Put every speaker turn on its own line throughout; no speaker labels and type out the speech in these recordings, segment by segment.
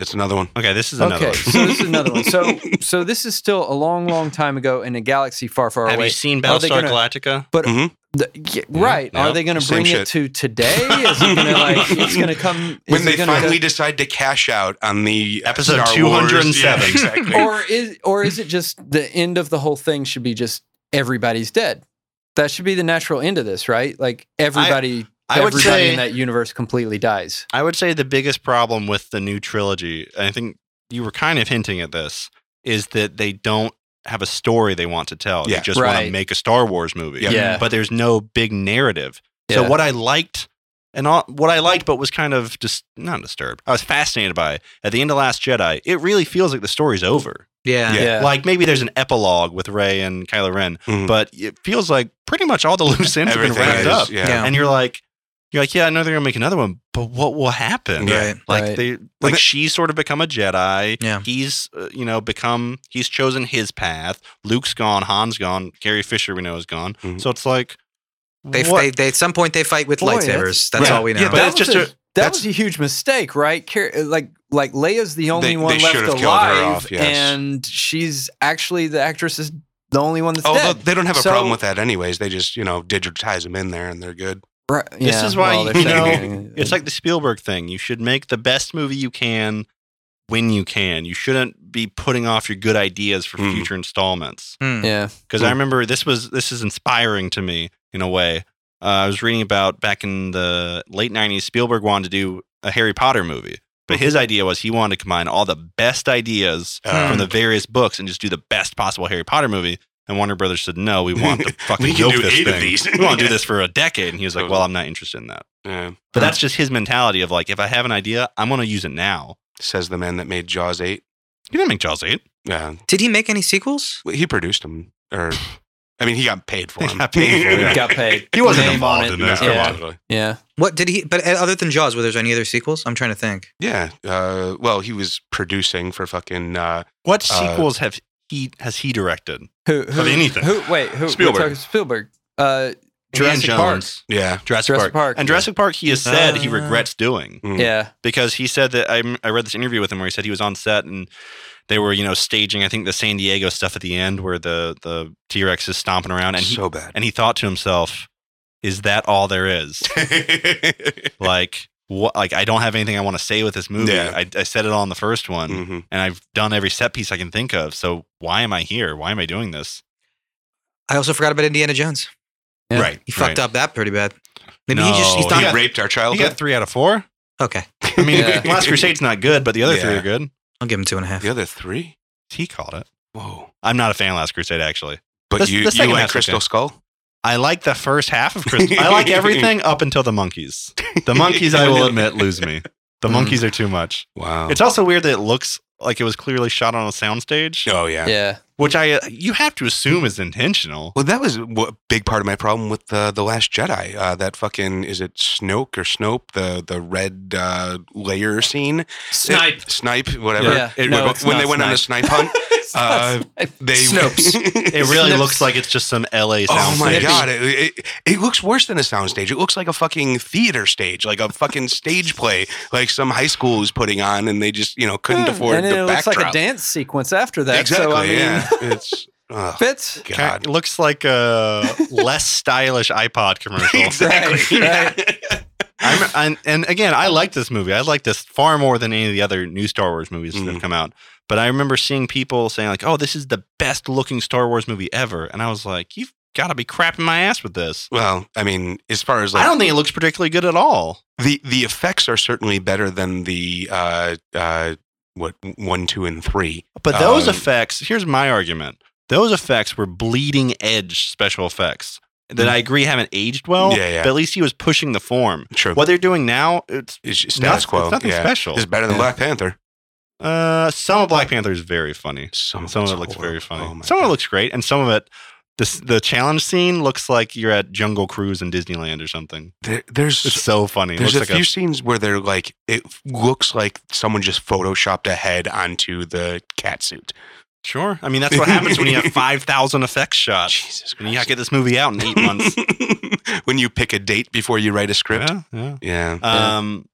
It's another one.
Okay, this is another
Okay,
one.
so this is another one. So, so this is still a long, long time ago in a galaxy far, far
Have
away.
you seen
Are they
Battlestar
gonna-
Galactica?
The- yeah, right?
yeah,
Are they going to
same
bring
shit.
it to today? Is it going to like? It's going to come is
When
it
they
gonna go-
finally decide to cash out on the uh,
Episode
Star
207.
Wars. Yeah, exactly.
or is or is it just the end of the whole thing should be just everybody's dead? That should be the natural end of this, right? Like everybody,
I would
everybody
say-
in that universe completely dies.
I would say the biggest problem with the new trilogy, and I think you were kind of hinting at this, is that they don't have a story they want to tell.
Yeah.
They just want to
Right.
make a Star Wars movie.
Yeah.
Yeah.
But there's no big narrative. So
Yeah.
what I liked and all, what I liked but was kind of just not disturbed. I was fascinated by at the end of Last Jedi, it really feels like the story's over.
Yeah.
Yeah.
Like maybe there's an epilogue with Ray and Kylo Ren,
Mhm.
but it feels like pretty much all the loose ends have been
Everything
wrapped
is,
up.
Yeah.
Yeah.
And you're like you're like, yeah, I know they're gonna make another one, but what will happen?
Yeah.
Right.
like
Right.
they like
that-
she's sort of become a jedi
Yeah.
he's uh, you know become he's chosen his path luke's gone han's gone carrie fisher we know is gone
Mhm.
so it's like
They,
what-
they, they, at some point, they fight with
Boy,
lightsabers. That's,
yeah.
all we know.
Yeah, but-
that
it's
was
just
a,
a-
that
that's-
was a huge mistake, right? Car- Like like Leia's the only
They-
one
they should have
left
killed her
alive,
off, yes.
and she's actually the actress is the only one that's
Oh,
Although
dead.
they don't have a
So-
problem with that, anyways. They just you know digitize them in there and they're good.
Right,
This
yeah,
is why,
well, they're
you know,
saying-
it's like the spielberg thing you should make the best movie you can when you can you shouldn't be putting off your good ideas for
Mhm.
future installments
Hmm.
yeah,
because i
Mhm.
remember this was this is inspiring to me in a way uh, i was reading about back in the late 90s spielberg wanted to do a harry potter movie but his idea was he wanted to combine all the best ideas
Hmm.
Ah.
from the various books and just do the best possible Harry Potter movie. And Warner Brothers said, no, we want to fucking
We can
yoke
do
this
eight of
thing.
these."
we want to do
Yeah. Uh-huh.
this for a decade. And he was like, well, I'm not interested in that.
Yeah.
But that's just his mentality of like, if I have an idea, I'm going to use it now.
Says the man that made Jaws eight.
He didn't make Jaws 8.
Yeah,
Did he make any sequels?
Well, he produced them, or I mean, he got paid for
He
them.
got paid for 'em, yeah.
got paid.
He wasn't
Name on
involved
it.
in
No,
this.
Yeah.
Yeah.
come on.
Yeah,
What did he? But uh, other than Jaws, were there any other sequels? I'm trying to think.
Yeah. Uh, well, he was producing for fucking uh,
What
Uh,
sequels have he has he directed?
who, who
Of anything.
Who? Wait, who? we're
Spielberg.
talking Spielberg. Uh, Jurassic
Indiana
Park.
Jones.
yeah.
Jurassic,
Jurassic
Park.
Park,
And
yeah.
Jurassic Park, he has said he
Uh,
regrets doing.
Mm.
Yeah,
because he said that I, I read this interview with him where he said he was on set and they were you know staging I think the San Diego stuff at the end where the the T Rex is stomping around and he
so bad.
and he thought to himself, is that all there is?
Mm-hmm.
like what? Like I don't have anything I want to say with this movie.
Yeah.
I, I said it all in the first one,
Mhm.
and I've done every set piece I can think of. So why am I here? Why am I doing this?
I also forgot about Indiana Jones.
Yeah.
Right,
He fucked up that pretty bad. Maybe he just
No,
he's
he
not.
He raped our
He
childhood.
got three out of four.
Okay,
I mean,
Yeah.
Last Crusade's not good, but the other three
Yeah.
are good.
I'll give him two and a half.
the other three.
He called it.
Whoa.
I'm not a fan of Last Crusade actually.
But
The-
you,
the
you
second
like
half's
Crystal
okay.
Skull?
I like the first half of Christmas. I like everything up until the monkeys. The monkeys, I will admit, lose me. The
Mm.
monkeys are too much.
Wow.
It's also weird that it looks like it was clearly shot on a soundstage,
oh yeah.
yeah.
which I you have to assume is intentional.
Well, that was a big part of my problem with the the Last Jedi. Uh, that fucking is it Snoke or Snope? The the red uh, layer scene. Snipe, snipe, whatever.
Yeah.
It-
No,
when
it's
when
not
they went on the snipe hunt,
It's not
uh,
Snipe.
they
Snopes.
It really looks like it's just some LA soundstage.
Oh my
Snippy.
god! It, it, it looks worse than a soundstage. It looks like a fucking theater stage, like a fucking stage play, like some high school is putting on, and they just you know couldn't
Yeah,
afford
Hmm. and
the
then it looks
backdrop.
like a dance sequence after that.
exactly.
So I mean,
yeah. It's oh
fits.
Kinda-
god.
It looks like a less stylish iPod commercial.
Exactly.
Right,
I'm, I'm, and again, I like this movie. I like this far more than any of the other new Star Wars movies that have
Mhm.
come out. But I remember seeing people saying like, "Oh, this is the best looking Star Wars movie ever," and I was like, "You've got to be crapping my ass with this."
Well, I mean, as far as like
I don't think it looks particularly good at all.
the the effects are certainly better than the uh uh what one two and three
But those
Um,
effects, here's my argument: those effects were bleeding edge special effects that I agree haven't aged well.
Mm-hmm. Yeah, yeah.
But at least he was pushing the form.
true
What they're doing now, it's
it's just
not-
status quo
It's nothing
yeah
special.
it's better than
Yeah.
black panther
Uh, some of Black Panther is very funny.
some,
some of
it's
it looks
horrible.
very funny.
Oh my
some of
God.
it looks great, and some of it, this, the challenge scene looks like you're at Jungle Cruise in Disneyland or something.
there, there's
It's so funny. It
there's a
looks like
few scenes where they're like it looks like someone just photoshopped a head onto the cat suit
sure. I mean, that's what happens when you have five thousand effects shots.
jesus
And you gotta get this movie out in eight months.
when you pick a date before you write a script
yeah, yeah.
yeah,
Um,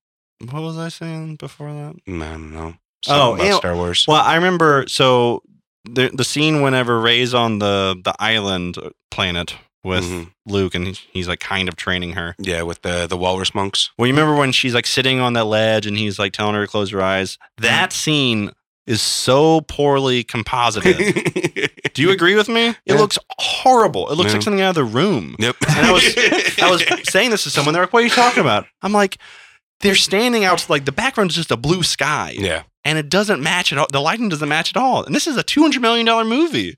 what was I saying before that?
Mm, i don't know something
Oh,
about
and-
Star Wars.
Well, I remember so the the scene whenever Ray's on the the island uh, planet with
Mhm.
Luke and he's, he's like kind of training her.
yeah, with the the walrus monks.
Well, you remember when she's like sitting on that ledge and he's like telling her to close her eyes.
Mm-hmm.
That scene is so poorly composited. Do you agree with me?
Yeah.
It looks horrible. It looks
Yeah.
like something out of the room.
Yep.
And I was- I was saying this to someone. They're like, "What are you talking about?" I'm like, "They're standing out like the background is just a blue sky,
yeah.
and it doesn't match at all. The lighting doesn't match at all. And this is a 200 million dollar movie.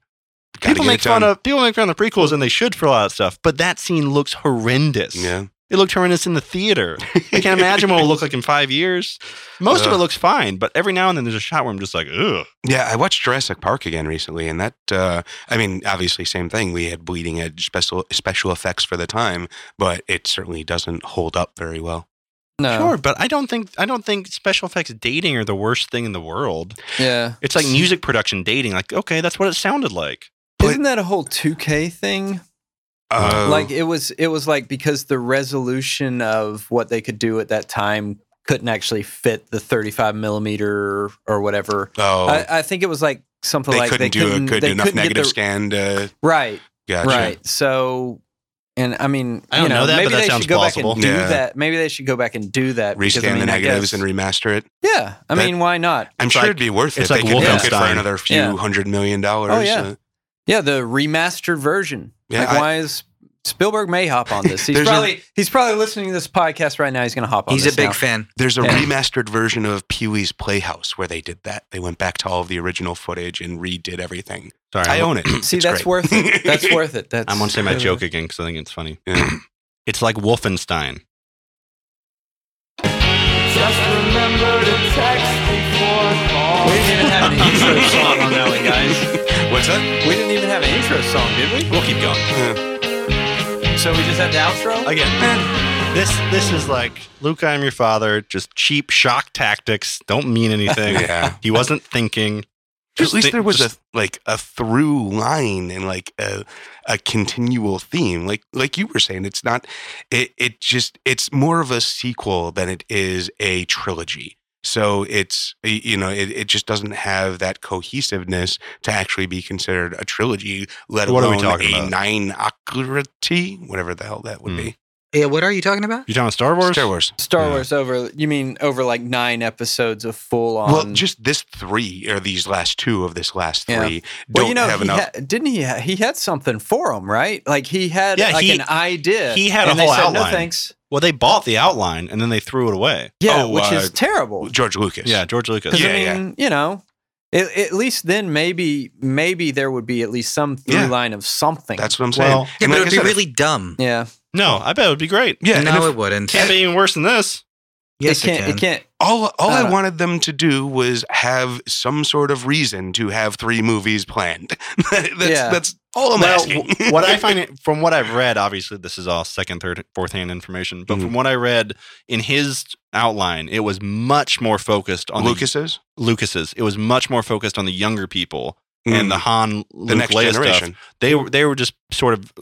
Gotta
people
get
make
it
fun
done.
of people make fun of the prequels, and they should for a lot of stuff. But that scene looks horrendous.
Yeah.
It looked horrendous in the theater. I can't imagine what it'll look like in five years. Most of
Ugh.
it looks fine, but every now and then there's a shot where I'm just like, ugh.
Yeah, I watched Jurassic Park again recently, and that, uh, I mean, obviously, same thing. We had bleeding edge special, special effects for the time, but it certainly doesn't hold up very well.
No.
Sure, but I don't think I don't think special effects dating are the worst thing in the world.
Yeah.
It's like music production dating. Like, okay, that's what it sounded like.
But-
Isn't that a whole 2K thing?
Uh,
like it was it was like because the resolution of what they could do at that time couldn't actually fit the 35 millimeter or whatever.
oh,
I, I think it was like something
they
like
couldn't
they
do
couldn't,
a good
they
enough
couldn't get
negative
the-
scan to.
Right,
Gotcha.
right. So, and I mean,
I don't
you know,
know that, but
maybe
that
they
sounds
should go
plausible.
back and do
Yeah.
that. Maybe they should go back and do that.
Rescan
Uh, because, I mean,
the
I
negatives
guess-
and remaster it.
yeah, I
That-
mean, why not?
I'm
It's
sure
like-
it'd be worth it.
it's
they
like
could milk it for
Wolfenstein.
another few
Yeah.
hundred million dollars.
Oh, yeah.
Uh,
Yeah, the remastered version.
Yeah,
like,
I-
why is Spielberg may hop on this? He's
There's a-
probably he's probably listening to this podcast right now. He's going to hop on.
He's
this
a big
now.
fan.
There's a
Yeah.
remastered version of Pee Wee's Playhouse where they did that. They went back to all of the original footage and redid everything.
Sorry,
I
I'm-
own it.
See,
It's
that's
great.
worth it. That's worth it. That's.
I'm gonna say my joke again because I think it's funny.
Yeah.
It's like Wolfenstein.
We didn't even have an intro song on that one, guys.
What's that?
We didn't even have an intro song, did
We'll keep going
Yeah.
we? So we just had the outro.
again. This this is like Luke. I'm your father. Just cheap shock tactics. Don't mean anything.
yeah.
He wasn't thinking.
At least there was
just-
a like a through line and like a a continual theme. Like like you were saying, it's not it it just it's more of a sequel than it is a trilogy. So it's y- you know it, it just doesn't have that cohesiveness to actually be considered a trilogy, let
What are we
alone
talking
a
about?
nine ocularity, whatever the hell that would
Hmm.
be.
Yeah, what are you talking about?
You talking about Star Wars?
Star Wars.
Star
Yeah.
Wars over. You mean over like nine episodes of full on?
Um,
well, just this three or these last two of this last three
Yeah.
don't
Well, you know,
have
he
enough.
ha- didn't he? Ha- he had something for him, right? Like he had
Yeah,
like
he-
an idea.
he had a
and they
whole
said, No
outline."
thanks.
Well, they bought the outline and then they threw it away.
Yeah,
Oh,
which is
uh,
terrible.
George Lucas.
Yeah, George Lucas.
Because
Yeah, yeah.
I mean, you know, at- at least then maybe maybe there would be at least some through
Yeah.
line of something.
That's what I'm saying.
Well,
Yeah,
And
but
like
it
I
would be
said,
really dumb.
yeah.
no, I bet it would be great.
yeah. and if-
no, it wouldn't.
Can't be even worse than this.
Yes,
it can't. It, can't.
all all I
Uh,
wanted them to do was have some sort of reason to have three movies planned. that's
Yeah.
that's all I'm
Well,
asking.
w- what I find it- from what I've read, obviously this is all second, third, fourth hand information, but
Mm-hmm.
from what I read in his outline, it was much more focused on the
Lucas's
Lucas's. It was much more focused on the younger people
Mm.
and the Han, Luke,
the next
Leia
generation.
stuff. They were they were just sort of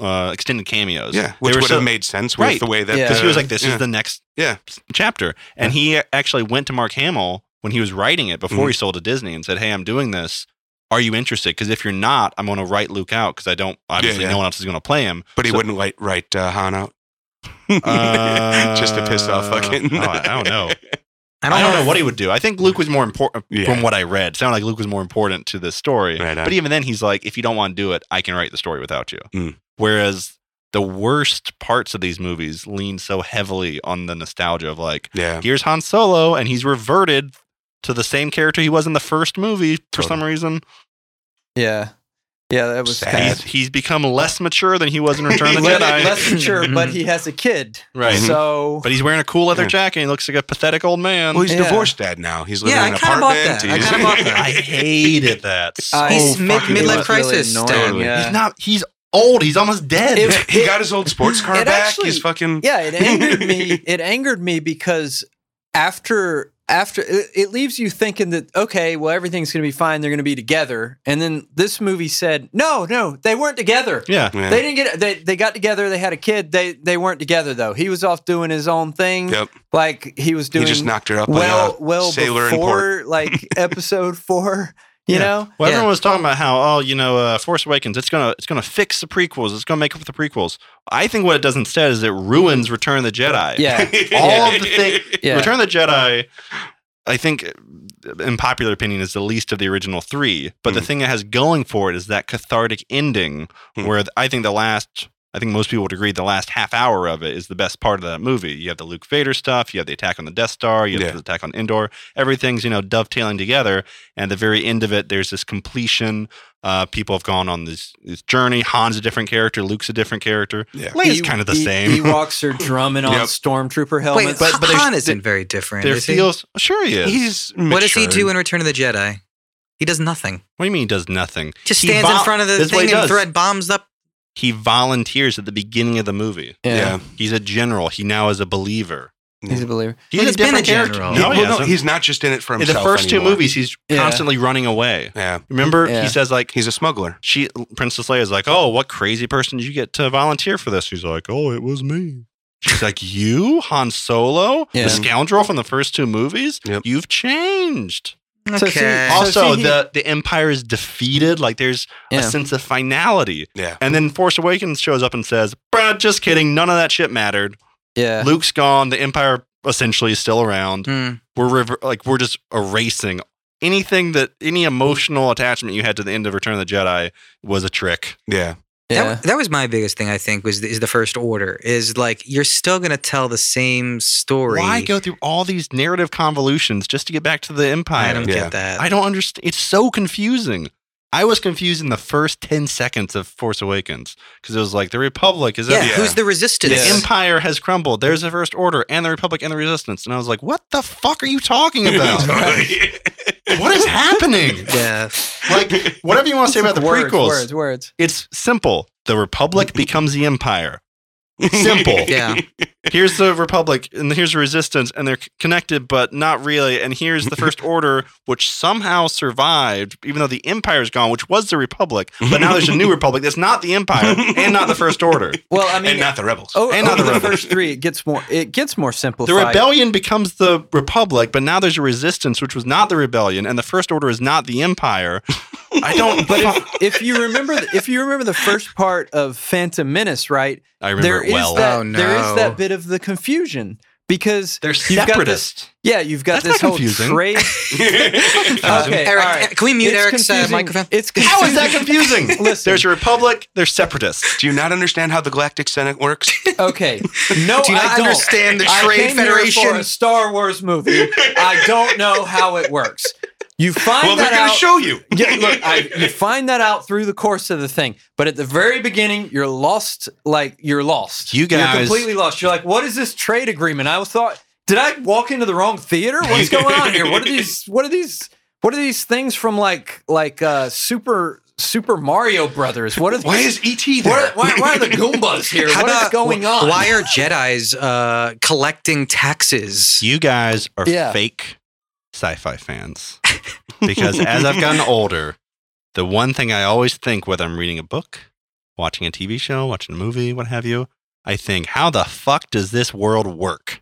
uh, extended cameos.
Yeah,
they
which
were
would
so-
have made sense with
Right.
the way that
Yeah.
because he was
the-
like, "This
yeah.
is the next
Yeah.
chapter," and he actually went to Mark Hamill when he was writing it
Mm-hmm.
before he sold to Disney and said, "Hey, I'm doing this." Are you interested? Because if you're not, I'm going to write Luke out because I don't. Obviously,
yeah.
no one else is going to play him.
but he
so-
wouldn't like write uh, Han out. Just to piss off
Uh,
fucking.
oh, I don't know.
I
I don't know what
if-
he would do. I think Luke was more important
Yeah.
from what I read. Sounded like Luke was more important to this story.
Right on.
But even then, he's like, if you don't want to do it, I can write the story without you.
Mm.
Whereas the worst parts of these movies lean so heavily on the nostalgia of like,
yeah.
here's Han Solo, and he's reverted to the same character he was in the first movie for
Totally.
some reason.
Yeah. Yeah, that was
Sad.
kinda-
He's, he's become less mature than he was in Return of the
Le-
Jedi.
less mature, but he has a kid.
Right.
So
But he's wearing a cool leather
Yeah.
jacket and he looks like a pathetic old man.
Well, he's
Yeah.
divorced dad now. He's living
Yeah,
in
I
an
kinda bought
apartment.
that. I
He's-
kinda bought that.
I hated that. So
I-
He's mid-
fucking much.
midlife
It was really
crisis
annoying,
down.
Yeah.
He's not. He's old. He's almost dead.
It-
he got his old sports car
It
back.
actually-
he's fucking.
yeah, it angered me. It angered me because after after it, it leaves you thinking that okay, well everything's going to be fine. They're going to be together, and then this movie said no, no, they weren't together.
Yeah.
Yeah.
They didn't get they they got together. They had a kid. They they weren't together though. He was off doing his own thing.
Yep.
Like he was doing
he just knocked her up
well
like a uh,
well
sailor in port.
before like episode four. You
Yeah.
know,
Well,
Yeah.
everyone was talking about how, oh, you know, uh, Force Awakens, it's gonna, it's gonna fix the prequels, it's gonna make up for the prequels. I think what it does instead is it ruins Return of the Jedi.
yeah,
All of the things.
yeah.
Return of the Jedi, I think, in popular opinion, is the least of the original three. But the
Mhm.
thing it has going for it is that cathartic ending,
Mhm.
where I think the last, I think most people would agree, the last half hour of it is the best part of that movie. You have the Luke Vader stuff, you have the attack on the Death Star, you have
Yeah.
the attack on Endor. Everything's you know dovetailing together, and at the very end of it, there's this completion. Uh, people have gone on this, this journey. Han's a different character. Luke's a different character.
Yeah.
Leia's kind of the
E-
same.
Ewoks are drumming on
Yep.
stormtrooper
Wait,
helmets.
but,
but
but
there's-
Han isn't very different.
there
is he?
feels sure he is.
He's
What does he do
matured.
in Return of the Jedi? He does nothing.
what do you mean he does nothing?
Just
He
stands
vol-
in front of the
That's what
thing
he
and
does.
thread bombs up.
he volunteers at the beginning of the movie.
yeah.
He's a general. He now is a believer.
he's a believer.
He's
He's a
been a
different character.
general.
He-
No,
well,
he
no,
hasn't.
he's not just in it for
in the
himself.
first two
anymore.
movies, he's
Yeah.
constantly running away.
Yeah.
Remember,
Yeah.
he says like
He's a smuggler.
she Princess Leia's like, "Oh, what crazy person did you get to volunteer for this?" He's like, "Oh, it was me." She's like, "You, Han Solo,
Yeah.
the scoundrel from the first two movies,
Yep.
you've changed."
So
Okay.
see-
also,
he-
the the Empire is defeated. Like, there's
Yeah.
a sense of finality.
Yeah.
And then Force Awakens shows up and says, "Bruh, just kidding. None of that shit mattered.
Yeah,
Luke's gone. The Empire essentially is still around.
Hmm.
Mm-hmm.
We're rever- like we're just erasing anything that any emotional attachment you had to the end of Return of the Jedi was a trick.
Yeah.
yeah.
That, that was my biggest thing. I think was is the first order is like you're still gonna tell the same story.
Why go through all these narrative convolutions just to get back to the Empire?
I don't
Yeah.
get that.
I don't understand. It's so confusing. I was confused in the first 10 seconds of Force Awakens because it was like the Republic is
yeah,
everywhere.
who's the resistance?
The
Yeah.
Empire has crumbled. There's the First Order and the Republic and the Resistance. And I was like, what the fuck are you talking about? what is happening?
Yeah.
Like, whatever you want to say about the
words,
prequels,
words, words.
it's simple. The Republic becomes the Empire. Simple.
Yeah.
Here's the Republic and here's the Resistance, and they're c- connected, but not really. And here's the First Order, which somehow survived, even though the Empire's gone, which was the Republic. But now there's a new Republic that's not the Empire and not the First Order.
Well, I mean,
and not the rebels.
o-
and not
over
the
the
rebel.
first three, it gets more. It gets more
The
simplified.
rebellion becomes the republic, but now there's a resistance, which was not the rebellion, and the first order is not the empire. I don't.
But if, if you remember, the- if you remember the first part of Phantom Menace, right?
I
There
remember
is
it well.
that.
Oh, no.
There is that bit of the confusion because
They're
you've got this-
separatists.
yeah, you've got
That's not
this whole
confusing.
trade.
Uh,
Okay,
Eric,
all right.
can we mute
It's
Eric's uh,
confusing.
microphone?
It's confusing.
How is that confusing?
Listen.
there's a republic. They're separatists.
Do you not understand how the Galactic Senate works?
Okay. No,
Do you
I
not
don't.
understand the
I
Trade
came here for a
Federation?
Star Wars movie. I don't know how it works. You find
well, they're
that
going
out.
to show you.
Yeah, look, I, you find that out through the course of the thing. But at the very beginning, you're lost. Like you're lost.
You guys-
you're completely lost. You're like, what is this trade agreement? I thought, did I walk into the wrong theater? What's going on here? What are these? What are these? What are these things from like like uh, Super Super Mario Brothers? What are
Why is ET there?
why, why, why are the Goombas here?
How
What is
about-
going
wh-
on?
Why are Jedi's uh, collecting taxes?
You guys are
Yeah.
fake sci-fi fans because as I've gotten older, the one thing I always think, whether I'm reading a book, watching a TV show, watching a movie, what have you, I think, how the fuck does this world work?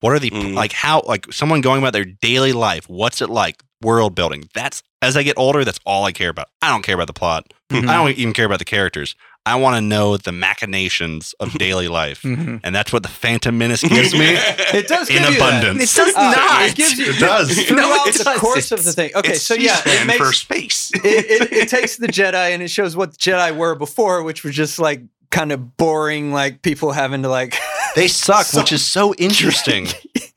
What are the
Mm.
like? How like someone going about their daily life? What's it like? World building. That's as I get older. That's all I care about. I don't care about the plot.
Mhm.
I don't even care about the characters. I want to know the machinations of daily life,
Mhm.
and that's what the Phantom Menace gives me.
It does
in
give you that.
abundance.
It does
Uh,
not.
It gives you
It does.
throughout
No, it
the
doesn't.
course of the thing. Okay,
It's
so yeah, it
C-SPAN
makes
for space.
it, it, it takes the Jedi and it shows what the Jedi were before, which was just like kind of boring, like people having to like.
They suck,
So-
which is so interesting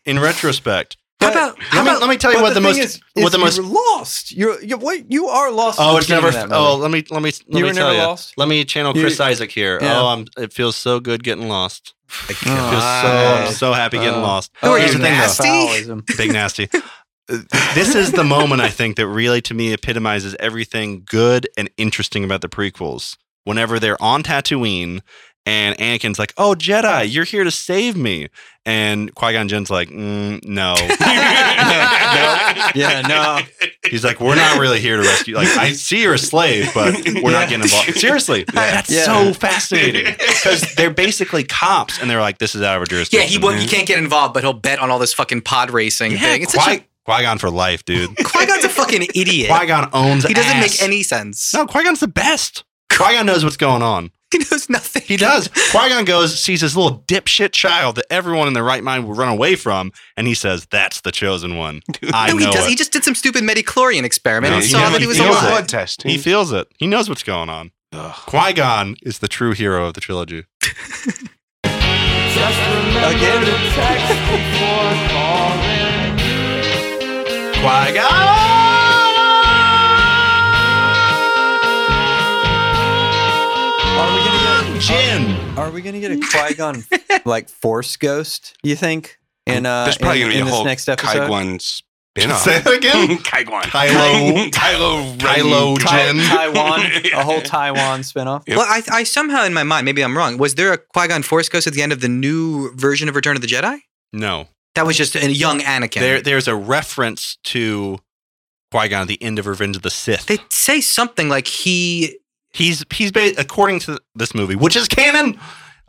in retrospect.
How
But-
about
Let
how
me,
about
let me tell you
But
what the, most.
thing is,
what the
is
most-
you're lost. You're, you're what you are lost.
oh, it's never. Oh,
Oh,
let me let me let
you
me
were
tell
never
you.
lost.
Let me channel
You-
Chris Isaac here.
Yeah.
Oh, I'm, it feels so good getting lost. I feel so
God.
I'm so happy getting
Oh.
lost.
Oh,
here's
you
the thing, though.
nasty.
Big nasty. Uh, this is the moment I think that really to me epitomizes everything good and interesting about the prequels. Whenever they're on Tatooine And Anakin's like, "Oh Jedi, you're here to save me." And Qui Gon Jinn's like, mm, "No."
No.
Yeah, no.
He's like, "We're not really here to rescue. Like, I see you're a slave, but we're not getting involved." Seriously, that's
Yeah.
so fascinating because they're basically cops, and they're like, "This is out of our
Yeah,
jurisdiction."
he won't, he can't get involved, but he'll bet on all this fucking pod racing thing. It's such a
Qui Gon for life, dude.
Qui Gon's a fucking idiot.
Qui Gon owns.
he doesn't
ass.
make any sense.
No, Qui Gon's the best. Qui Gon knows what's going on.
He knows nothing.
He does. Qui Gon goes, sees this little dipshit child that everyone in their right mind will run away from, and he says, "That's the chosen one." I
no,
know
he does.
it.
He just did some stupid medichlorian experiment
No,
and
he
saw
knows-
that he was
he knows
alive.
blood test.
He feels it. He knows what's going on.
Ugh.
Qui Gon is the true hero of the trilogy.
Again,
Qui
are we gonna get
Jin.
are we gonna get a Qui Gon like Force Ghost? You think? In uh,
There's probably
in,
going to be a
in this
whole
next episode.
Kaiguan spin-off.
Say that again.
Kaiguan.
Kylo-
Kylo.
Kylo
Ren.
Tai-
Jin.
Taiwan, a whole Taiwan spinoff.
Yep.
Well, I, I somehow in my mind, maybe I'm wrong. Was there a Qui Gon Force Ghost at the end of the new version of Return of the Jedi?
No,
That was just a young Anakin.
there, there's a reference to Qui Gon at the end of Revenge of the Sith.
they say something like he.
He's he's ba- according to this movie, which is canon.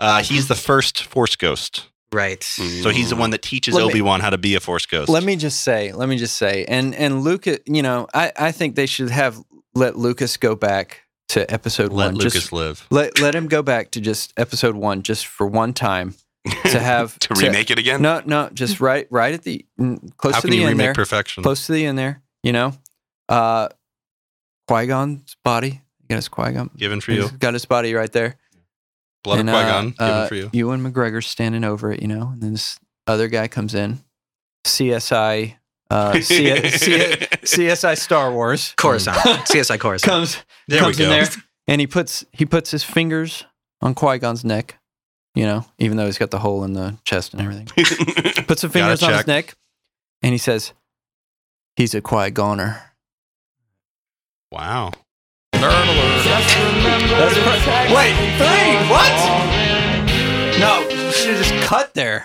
Uh, he's the first Force Ghost,
Right.
Mm.
so he's the one that teaches
Let me-
Obi Wan how to be a Force Ghost.
Let me just say, let me just say, and and Lucas, you know, I I think they should have let Lucas go back to episode
let
one.
Lucas
just
live.
let let him go back to just episode one, just for one time to have
to remake it again.
No, no, just right right at the mm, close
How
to
can
the
you
end
remake
there,
perfection?
close to the end there. You know, uh, Qui Gon's body. Got his Qui Gon.
given for you,
He's got his body right there.
blood
And,
of Qui Gon.
uh, uh,
given for you.
Ewan McGregor's standing over it, you know, and then this other guy comes in. CSI, uh, C- C- CSI Star Wars
Coruscant. CSI Coruscant.
comes
Mm. There we
comes in
go.
there, and he puts he puts his fingers on Qui Gon's neck, you know, even though he's got the hole in the chest and everything. Puts
Gotta
some fingers on his
check.
neck, and he says, "He's a Qui Goner."
Wow.
Wait, three? What? No, you should have just cut there.